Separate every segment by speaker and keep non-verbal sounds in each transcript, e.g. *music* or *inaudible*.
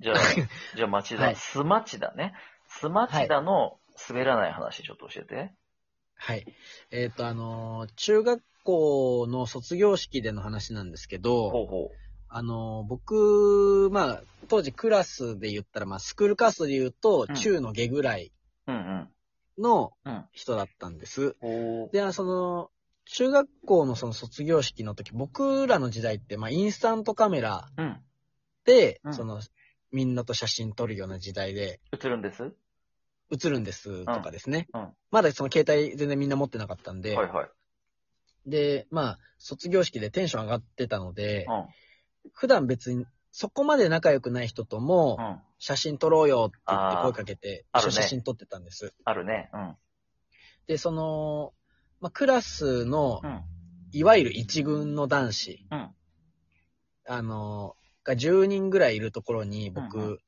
Speaker 1: じゃあ、
Speaker 2: *laughs*
Speaker 1: じゃあ町
Speaker 2: は
Speaker 1: 田、
Speaker 2: い
Speaker 1: スマチダね。スマチダの滑らない話ちょっと教えて。
Speaker 2: はい。えっ、と、あのー中学校の卒業式での話なんですけ
Speaker 1: ほ
Speaker 2: ど、
Speaker 1: うほ
Speaker 2: あのー僕、まあ、当時クラスで言ったら、まあ、スクールカーストで言うと
Speaker 1: うん、。
Speaker 2: 中の下ぐらいう
Speaker 1: うん
Speaker 2: の
Speaker 1: うん
Speaker 2: 人だったんです。
Speaker 1: うん。ほ
Speaker 2: で、あのその、中学校のその卒業式の時、僕らの時代って、まあ、インスタントカメラ
Speaker 1: う。うん。
Speaker 2: で、
Speaker 1: うん
Speaker 2: その、みんなと写真撮るような時代で、
Speaker 1: 映るんですは
Speaker 2: 映るんですとかですね。
Speaker 1: うんうん
Speaker 2: まだその携帯全然みんな持ってなかったんで、
Speaker 1: いはい。
Speaker 2: で、まあ、卒業式でテンション上がってたので
Speaker 1: う、ん。
Speaker 2: 普段別に、そこまで仲良くない人とも
Speaker 1: う、ん。
Speaker 2: 写真撮ろうよって言って
Speaker 1: あー
Speaker 2: 声かけて、
Speaker 1: あ
Speaker 2: 一
Speaker 1: る
Speaker 2: 緒
Speaker 1: ね
Speaker 2: に写真撮ってたんです。
Speaker 1: あるね。うん。
Speaker 2: で、その、まあ、クラスの
Speaker 1: う、ん。
Speaker 2: いわゆる一軍の男子、
Speaker 1: うん
Speaker 2: あの、が10人ぐらいいるところに僕、
Speaker 1: うんう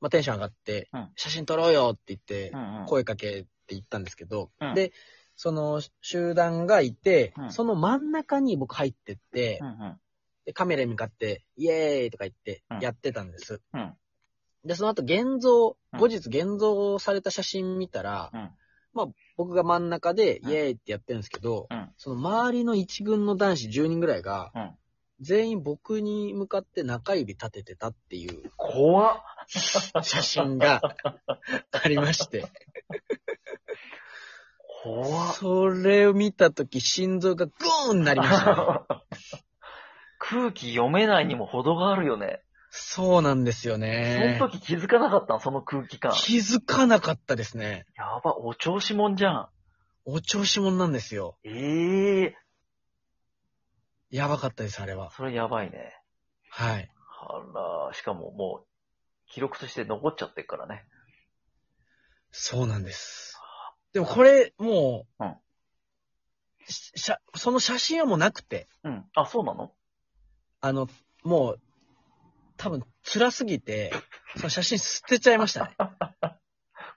Speaker 2: まあ、テンション上がって、
Speaker 1: うん
Speaker 2: 写真撮ろうよって言って
Speaker 1: う、んうん。
Speaker 2: 声かけって言ったんですけど、
Speaker 1: うん
Speaker 2: で、その集団がいて、
Speaker 1: うん
Speaker 2: その真ん中に僕入ってって、
Speaker 1: うんうん。
Speaker 2: でカメラに向かって、イエーイとか言って
Speaker 1: うん
Speaker 2: やってたんです。
Speaker 1: うん
Speaker 2: で、その後現像、
Speaker 1: うん
Speaker 2: 後日現像された写真見たら、
Speaker 1: うん
Speaker 2: まあ僕が真ん中で
Speaker 1: うん
Speaker 2: イエーイってやってるんですけど、
Speaker 1: うん
Speaker 2: その周りの一軍の男子10人ぐらいが、
Speaker 1: うん
Speaker 2: 全員僕に向かって中指立ててたっていう
Speaker 1: 怖っ
Speaker 2: 写
Speaker 1: *laughs*
Speaker 2: 真がありまして。
Speaker 1: 怖っ
Speaker 2: それを見たとき、心臓がグーンになりま
Speaker 1: *laughs*
Speaker 2: した、ね。
Speaker 1: 空気読めないにも程があるよね。
Speaker 2: そうなんですよ
Speaker 1: そ
Speaker 2: ね。
Speaker 1: の時気づかなかったのその空気感。
Speaker 2: 気づかなかったですね。
Speaker 1: やば、お調子もんじゃん。
Speaker 2: お調子者なんですよ。
Speaker 1: ええ
Speaker 2: やばかったです、あれは。
Speaker 1: それやばいね。
Speaker 2: はい。
Speaker 1: あら、しかももう、記録として残っちゃってるからね。
Speaker 2: そうなんです。でもこれ、もう、
Speaker 1: うん
Speaker 2: し写その写真はもうなくて、
Speaker 1: うん。あ、そうなの
Speaker 2: あの、もう、多分辛すぎて、その写真捨てちゃい
Speaker 1: *laughs*
Speaker 2: ましたね。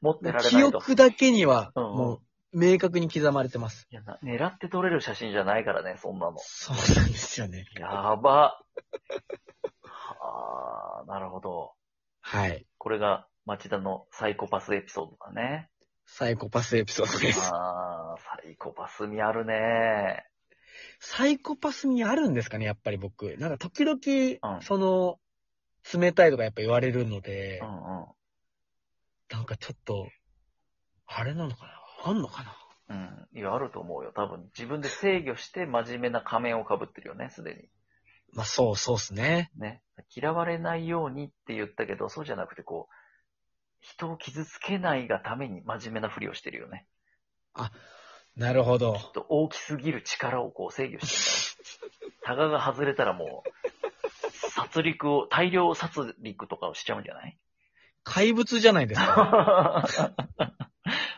Speaker 1: 持ってられ
Speaker 2: 記
Speaker 1: ないと。
Speaker 2: 憶だけには、
Speaker 1: うんうん
Speaker 2: もう、明確に刻まれてます。
Speaker 1: いやな狙って撮れる写真じゃないからね、そんなの。
Speaker 2: そうなんですよね。
Speaker 1: や *laughs* ば。はあ、なるほど。
Speaker 2: はい。
Speaker 1: これが町田のサイコパスエピソードだね。
Speaker 2: サイコパスエピソードです。
Speaker 1: ああ、サイコパスにあるね。
Speaker 2: サイコパスにあるんですかね、やっぱり僕。なんか時々、
Speaker 1: うん
Speaker 2: その、冷たいとかやっぱ言われるので
Speaker 1: う、んうん。
Speaker 2: なんかちょっと、あれなのかなあんのかな
Speaker 1: うん。いや、あると思うよ。多分、自分で制御して真面目な仮面をかぶってるよね、すでに。
Speaker 2: まあそう、そうっすね。
Speaker 1: ね。嫌われないようにって言ったけど、そうじゃなくて、こう、人を傷つけないがために真面目なふりをしてるよね。
Speaker 2: なるほど
Speaker 1: ちょ。っと大きすぎる力をこう制御してるから。タガが外れたらもう、殺戮を、大量殺戮とかをしちゃうんじゃない *laughs*
Speaker 2: 怪物じゃないですか。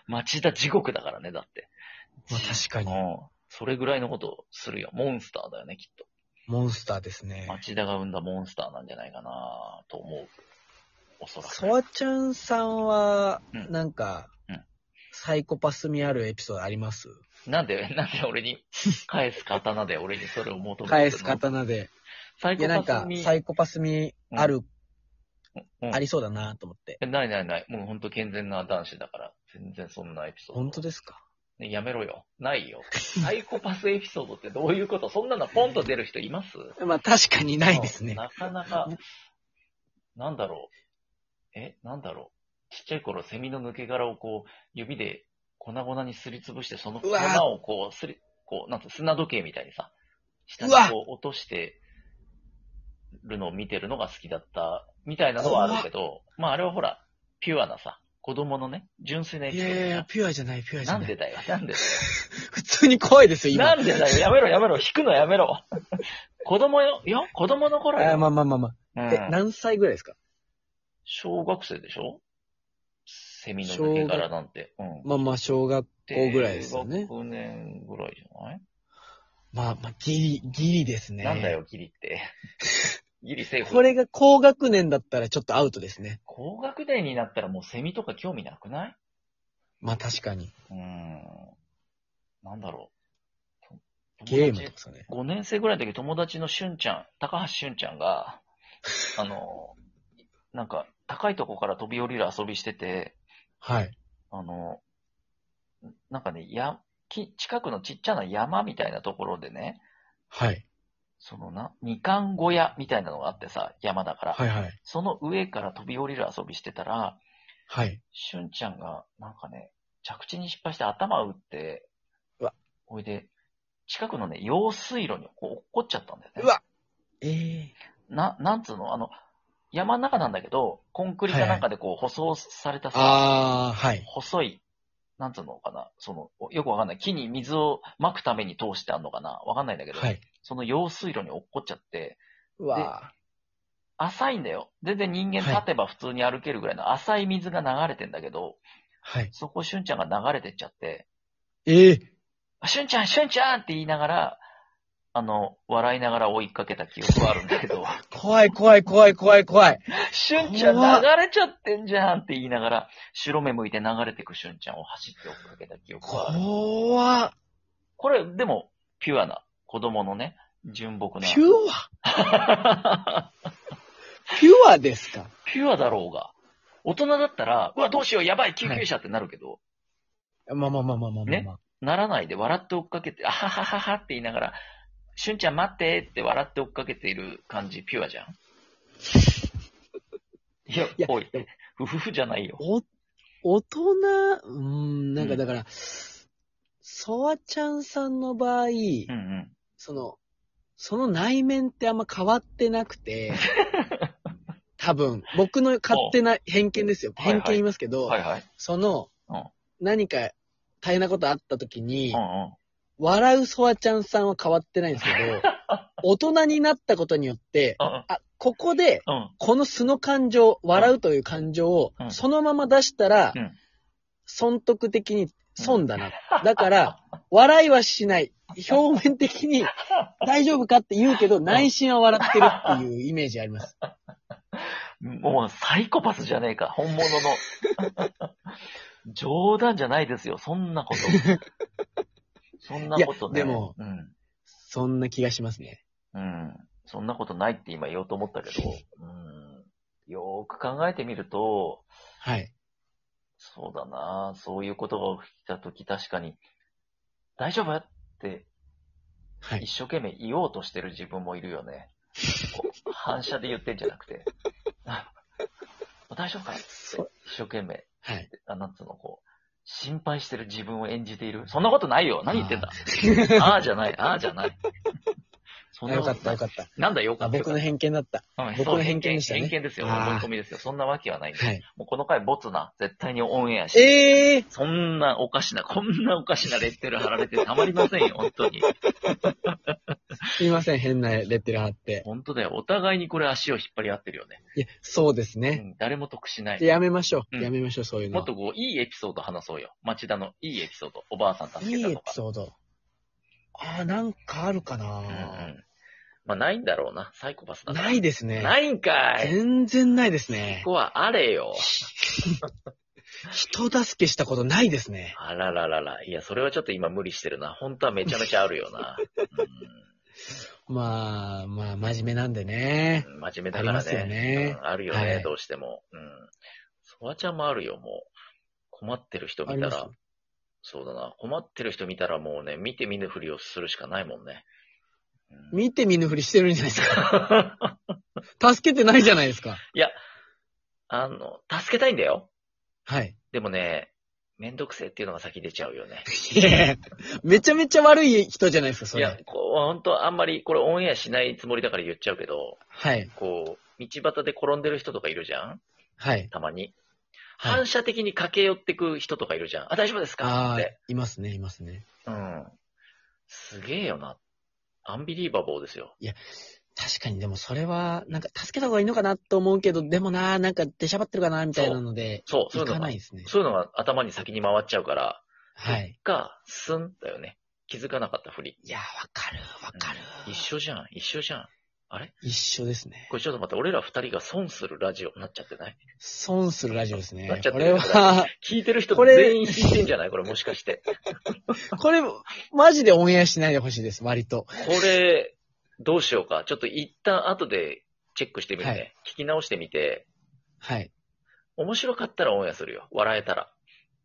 Speaker 1: 町田地獄だからね、だって。
Speaker 2: *laughs* まあ確か
Speaker 1: う
Speaker 2: に。
Speaker 1: ん。それぐらいのことをするよ。モンスターだよね、きっと。
Speaker 2: *laughs* モンスターですね。
Speaker 1: 町田が生んだモンスターなんじゃないかなと思う。おそらく。
Speaker 2: ソワちゃんさんは
Speaker 1: う、ん
Speaker 2: なんか
Speaker 1: うん、
Speaker 2: サイコパス味あるエピソードあります
Speaker 1: なんで、 *laughs* なんで俺に、返す刀で俺にそれを求めてるの
Speaker 2: 返す。刀で。
Speaker 1: サイ
Speaker 2: い
Speaker 1: コ
Speaker 2: やなん
Speaker 1: パ
Speaker 2: か
Speaker 1: ス、に。
Speaker 2: サイコパス味ある、
Speaker 1: うん
Speaker 2: ありそうだなと思って。
Speaker 1: えないないない。もう本当健全な男子だから。全然そんなエピソード。
Speaker 2: 本当ですか
Speaker 1: ねやめろよ。ないよ。サイコパスエピソードってどういうことそんなのポンと出る人います
Speaker 2: まあ確かにないですね。
Speaker 1: なかなか、なんだろう。え、なんだろう。ちっちゃい頃、セミの抜け殻をこう、指で粉々にすりつぶして、その粉
Speaker 2: うわー
Speaker 1: をこう、すり、こう、なんつう砂時計みたいにさ、下に
Speaker 2: うわ
Speaker 1: こう落としてるのを見てるのが好きだった、みたいなのはあるけど、まああれはほら、ピュアなさ、子供のね、純粋なエ
Speaker 2: い
Speaker 1: ピソー
Speaker 2: や
Speaker 1: ド
Speaker 2: い
Speaker 1: じゃん
Speaker 2: やいや、ピュアじゃない、ピュアじゃ
Speaker 1: な
Speaker 2: なんい。
Speaker 1: でだよ、なんでだよ。
Speaker 2: 普通に怖いですよ、
Speaker 1: な
Speaker 2: 今。
Speaker 1: んでだよ、やめろやめろ、引くのやめろ。 *laughs* 子供よ、いや、子供の頃
Speaker 2: あ
Speaker 1: よ。
Speaker 2: ーまあまあまあま
Speaker 1: う
Speaker 2: あ。
Speaker 1: ん
Speaker 2: え、何歳ぐらいですか
Speaker 1: 小学生でしょセミの抜け殻なんて。うん。
Speaker 2: まあまあ、小学校ぐらいですよ
Speaker 1: 低
Speaker 2: ね。
Speaker 1: 学年ぐらいじゃない、
Speaker 2: まあまあ、ギリ、ギリですね。
Speaker 1: なんだ。よ、ギリ
Speaker 2: *laughs*
Speaker 1: って。ギリセーフ。
Speaker 2: これが高学年だったらちょっとアウトですね。
Speaker 1: 高学年になったらもうセミとか興味なくない
Speaker 2: まあ確かに。
Speaker 1: うーん。なんだろう。
Speaker 2: ゲームとかそね。
Speaker 1: 5年生ぐらいの時、友達のしゅんちゃん、高橋しゅんちゃんが、あの、なんか、高いとこから飛び降りる遊びしてて、
Speaker 2: はい。
Speaker 1: あの、なんかね、や、き近くのちっちゃな山みたいなところでね、
Speaker 2: はい。
Speaker 1: そのな、みかん小屋みたいなのがあってさ、山だから。
Speaker 2: はいはい。
Speaker 1: その上から飛び降りる遊びしてたら、
Speaker 2: はい。
Speaker 1: しゅんちゃんが、なんかね、着地に失敗して頭を打って、
Speaker 2: うわ
Speaker 1: おいで、近くのね、用水路にこう落っこっちゃったんだよね。
Speaker 2: うわええ
Speaker 1: な、なんつうのあの、山の中なんだけど、コンクリかなんかでこう、舗装されたさ、
Speaker 2: ああ、はい。
Speaker 1: 細い、なんつうのかな、その、よくわかんない。木に水をまくために通してあんのかなわかんないんだけど、
Speaker 2: はい。
Speaker 1: その用水路に落っこっちゃって、
Speaker 2: うわ
Speaker 1: 浅いんだよ。全然人間
Speaker 2: はい
Speaker 1: 立てば普通に歩けるぐらいの浅い水が流れてんだけど、
Speaker 2: はい。
Speaker 1: そこしゅんちゃんが流れてっちゃって、
Speaker 2: ええ
Speaker 1: しゅんちゃん、しゅんちゃんって言いながら、あの、笑いながら追いかけた記憶はあるんだけ
Speaker 2: *laughs*
Speaker 1: ど、
Speaker 2: 怖い怖い怖い怖い怖い。
Speaker 1: しゅんちゃん流
Speaker 2: 怖っ
Speaker 1: れちゃってんじゃんって言いながら、白目向いて流れてくしゅんちゃんを走って追っかけた記憶はある。
Speaker 2: 怖っ
Speaker 1: これ、でも、ピュアな、子供のね、純朴な。
Speaker 2: ピュア *laughs* ピュアですか
Speaker 1: ピュアだろうが。大人だったら、うわ、どうしよう、やばい、救急車ってなるけど、
Speaker 2: まあまあまあまあまあまあ、
Speaker 1: ねならないで笑って追っかけて、あははははって言いながら、しゅんちゃん待ってって笑って追っかけている感じ、ピュアじゃんいや、
Speaker 2: いや
Speaker 1: おい、ふふふじゃないよ。
Speaker 2: お、大人、うーん、なん
Speaker 1: う
Speaker 2: か
Speaker 1: ん
Speaker 2: だから、ソワちゃんさんの場合、
Speaker 1: うんうん。
Speaker 2: その、その内面ってあんま変わってなく
Speaker 1: *laughs*
Speaker 2: て、多分、僕の勝手な偏見ですよ。
Speaker 1: はいはい
Speaker 2: 偏見言いますけど、
Speaker 1: はいはい。
Speaker 2: その
Speaker 1: うん、
Speaker 2: 何か大変なことあった時に
Speaker 1: うん、うん。
Speaker 2: 笑うソワちゃんさんは変わってないんですけ
Speaker 1: *laughs*
Speaker 2: ど、大人になったことによって、
Speaker 1: うん
Speaker 2: あ、ここで、
Speaker 1: うん。
Speaker 2: この素の感情、笑うという感情を
Speaker 1: う、ん
Speaker 2: そのまま出したら
Speaker 1: うん、
Speaker 2: 損得的に損だな。だから、笑いはしない。表面的に、大丈夫かって言うけど、内心は笑ってるっていうイメージあります。
Speaker 1: もうサイコパスじゃねえか、本物の。
Speaker 2: *laughs*
Speaker 1: 冗談じゃないですよ、そんなこと。そんなことね。
Speaker 2: いやでも
Speaker 1: うん。
Speaker 2: そんな気がしますね。
Speaker 1: うん。そんなことないって今言おうと思ったけど、うん。よーく考えてみると、
Speaker 2: はい。
Speaker 1: そうだなそういうことが起きたとき確かに、大丈夫って
Speaker 2: は
Speaker 1: 一
Speaker 2: い。
Speaker 1: 生懸命言おうとしてる自分もいるよね。こう反射で言ってんじゃなく
Speaker 2: *laughs*
Speaker 1: て。あ大丈夫かって
Speaker 2: そ
Speaker 1: 一生懸命、
Speaker 2: はい。
Speaker 1: あなんつうの、こう、心配してる自分を演じている。そんなことないよ何言ってん
Speaker 2: *laughs*
Speaker 1: だ
Speaker 2: あ
Speaker 1: ああーじゃない、ああじゃない。そんな
Speaker 2: *laughs* よ
Speaker 1: こと
Speaker 2: か
Speaker 1: ない
Speaker 2: ったよかった。
Speaker 1: なんだよか
Speaker 2: あ
Speaker 1: ったよか
Speaker 2: 僕
Speaker 1: っ
Speaker 2: の偏見だった。
Speaker 1: た。うん
Speaker 2: 僕の
Speaker 1: そう
Speaker 2: 偏見でしたね
Speaker 1: 偏見ですよ。
Speaker 2: あー
Speaker 1: 思い込みですよ。そんなわけはないんで。
Speaker 2: はい。
Speaker 1: もうこの回ボツな。絶対にオンエアして。
Speaker 2: ええ
Speaker 1: そんなおかしな、こんなおかしなレッテル貼られてたまりませんよ、本当に。
Speaker 2: すいません、変なレッテル貼って。
Speaker 1: 本当だよ。お互いにこれ足を引っ張り合ってるよね。
Speaker 2: いや、そうです
Speaker 1: う
Speaker 2: ね。
Speaker 1: ん、誰も得しない。
Speaker 2: やめましょう。
Speaker 1: うん
Speaker 2: やめましょう、そういうの
Speaker 1: も
Speaker 2: は
Speaker 1: っ。とこう、いいエピソード話そうよ。町田のいいエピソード。おばあさん助
Speaker 2: い
Speaker 1: け
Speaker 2: い
Speaker 1: た
Speaker 2: エピ
Speaker 1: とか。
Speaker 2: ソード。ああ、なんかあるかな、
Speaker 1: うんうん。まあ、ないんだろうな。サイコパスだから
Speaker 2: ないですね。
Speaker 1: ないんかい。
Speaker 2: 全然ないです
Speaker 1: こ
Speaker 2: ね。
Speaker 1: こはあれよ。
Speaker 2: 人助けしたことないですね。
Speaker 1: あらららら。いや、それはちょっと今無理してるな。本当はめちゃめちゃあるよ
Speaker 2: *laughs*
Speaker 1: な。
Speaker 2: まあ、まあ、真面目なんでね。
Speaker 1: うん、真面目だからね。
Speaker 2: ありますよね
Speaker 1: うんあるよね、
Speaker 2: はい
Speaker 1: どうしても。うん。ソワちゃんもあるよ、もう。困ってる人
Speaker 2: あ
Speaker 1: 見
Speaker 2: り
Speaker 1: た
Speaker 2: ます
Speaker 1: ら。そうだな。困ってる人見たらもうね、見て見ぬふりをするしかないもんね。うん
Speaker 2: 見て見ぬふりしてるんじゃないですか。 *laughs* 助けてないじゃないですか。
Speaker 1: *laughs* あの、助けたいんだよ。
Speaker 2: はい。
Speaker 1: でもね、めんどくせえっていうのが先出ちゃうよね。
Speaker 2: いやめちゃめちゃ悪い人じゃないですか、そ
Speaker 1: い
Speaker 2: れ。
Speaker 1: や、こう、本当あんまり、これオンエアしないつもりだから言っちゃうけど、
Speaker 2: はい。
Speaker 1: こう、道端で転んでる人とかいるじゃん
Speaker 2: はい。
Speaker 1: たまに。
Speaker 2: はい。
Speaker 1: 反射的に駆け寄ってく人とかいるじゃん。あ、大丈夫ですか
Speaker 2: あ
Speaker 1: っ
Speaker 2: あ
Speaker 1: て。、
Speaker 2: いますね、いますね。
Speaker 1: うん。すげえよな。アンビリーバボーですよ。
Speaker 2: 確かに、でもそれは、なんか、助けた方がいいのかなと思うけど、でもな、なんか、出しゃばってるかな、みたいなので、
Speaker 1: そう、そう
Speaker 2: 行
Speaker 1: いう
Speaker 2: か
Speaker 1: のが
Speaker 2: ない、ですね。
Speaker 1: そういうのが頭に先に回っちゃうから、
Speaker 2: はい。
Speaker 1: が、すんだよね。気づかなかったふり。
Speaker 2: いや、わかる、わかる。
Speaker 1: 一緒じゃん、一緒じゃん。あれ
Speaker 2: 一緒ですね。
Speaker 1: これちょっと待って、俺ら二人が損するラジオになっちゃってない
Speaker 2: 損するラジオです
Speaker 1: なっ
Speaker 2: ね
Speaker 1: ちゃ。っ
Speaker 2: こ
Speaker 1: て
Speaker 2: れ
Speaker 1: る
Speaker 2: は、 *laughs*
Speaker 1: 聞いてる人
Speaker 2: これ
Speaker 1: 全員聞いてんじゃないこれもしかして。
Speaker 2: これ、マジでオンエアしないでほしいです、割と。
Speaker 1: これ、どうしようか。ちょっと一旦後でチェックしてみるね。
Speaker 2: はい
Speaker 1: 聞き直してみて、
Speaker 2: はい。
Speaker 1: 面白かったらオンエアするよ。笑えたら。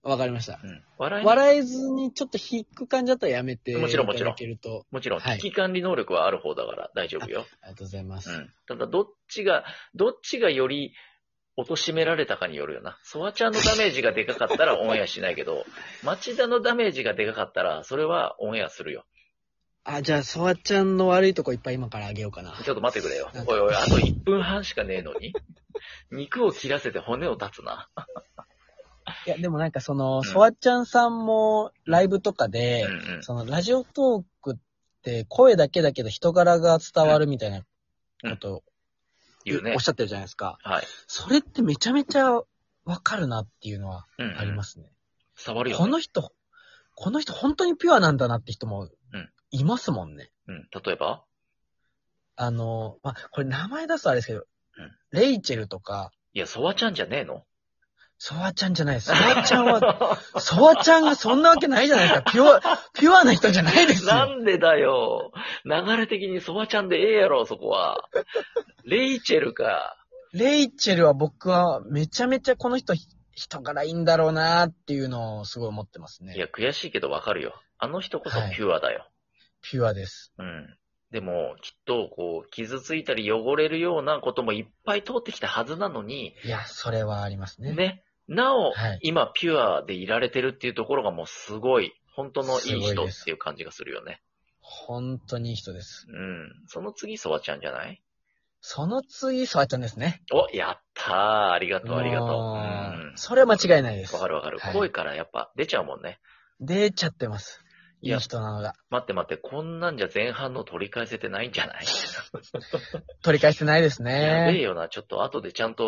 Speaker 2: わかりました。
Speaker 1: うん。笑えな
Speaker 2: 笑えずにちょっと引く感じだったらやめて。
Speaker 1: もちろんもちろん
Speaker 2: いただけると。
Speaker 1: もちろん、
Speaker 2: はい
Speaker 1: 危機管理能力はある方だから大丈夫よ。
Speaker 2: ありがとうございま
Speaker 1: う
Speaker 2: す。
Speaker 1: ん。ただ、どっちが、どっちがより、貶としめられたかによるよな。ソワちゃんのダメージがでかかったらオンエアしないけ
Speaker 2: *laughs*
Speaker 1: ど、町田のダメージがでかかったら、それはオンエアするよ。
Speaker 2: あ、じゃあ、ソワちゃんの悪いとこいっぱい今からあげようかな。
Speaker 1: ちょっと待ってくれよ
Speaker 2: なん。か
Speaker 1: おいおい、あと1分半しかねえのに。肉を切らせて骨を断つな。
Speaker 2: いや、でもなんかその、
Speaker 1: ん
Speaker 2: ソワちゃんさんもライブとか
Speaker 1: う
Speaker 2: で
Speaker 1: んう、ん。
Speaker 2: そのラジオトークって声だけだけど人柄が伝わるみたいなことを
Speaker 1: 言うね
Speaker 2: おっ。しゃってるじゃないですか。
Speaker 1: はい。
Speaker 2: それってめちゃめちゃわかるなっていうのは
Speaker 1: うん、うん。
Speaker 2: ありますね。
Speaker 1: 伝わるよ、ね。
Speaker 2: この人、この人本当にピュアなんだなって人も
Speaker 1: うん
Speaker 2: いますもんね。
Speaker 1: うん。例えば
Speaker 2: あの、まあ、これ名前出すとあれですけど、
Speaker 1: ん
Speaker 2: レイチェルとか、
Speaker 1: いや、ソワちゃんじゃねえの
Speaker 2: ソワちゃんじゃないです。ソワちゃんは、 *laughs* ソワちゃんがそんなわけないじゃないですか。ピュア、ピュアな人じゃないです
Speaker 1: な
Speaker 2: よ。
Speaker 1: んでだよ。流れ的にソワちゃんでええやろ、そこは。レイチェルか。
Speaker 2: レイチェルは僕はめちゃめちゃこの人、人柄いいんだろうなっていうのをすごい思ってます
Speaker 1: い
Speaker 2: ね。
Speaker 1: や、悔しいけどわかるよ。あの人こそピュアだよ。
Speaker 2: ピュアです。
Speaker 1: うん。でも、きっと、こう、傷ついたり汚れるようなこともいっぱい通ってきたはずなのに、
Speaker 2: いや、それはありますね。
Speaker 1: ね。なお、
Speaker 2: はい
Speaker 1: 今、ピュアでいられてるっていうところがもうすごい、本当のいい
Speaker 2: すご
Speaker 1: 人
Speaker 2: い
Speaker 1: っ
Speaker 2: です
Speaker 1: ていう感じがするよね。
Speaker 2: 本当にいい人です。
Speaker 1: うん。その次、ソワちゃんじゃない
Speaker 2: その次、ソワちゃんですね。
Speaker 1: お、やったー。ありがとう、ありがとう。う
Speaker 2: も
Speaker 1: ん。
Speaker 2: それは間違いないです
Speaker 1: わ。かるわかる。
Speaker 2: はい
Speaker 1: 声からやっぱ出ちゃうもんね。
Speaker 2: 出ちゃってます。
Speaker 1: い
Speaker 2: いい
Speaker 1: や
Speaker 2: 人なのが。
Speaker 1: 待って待って、こんなんじゃ前半の取り返せてないんじゃない、
Speaker 2: 取り返してないですね。
Speaker 1: やべえよな。ちょっと後でちゃんと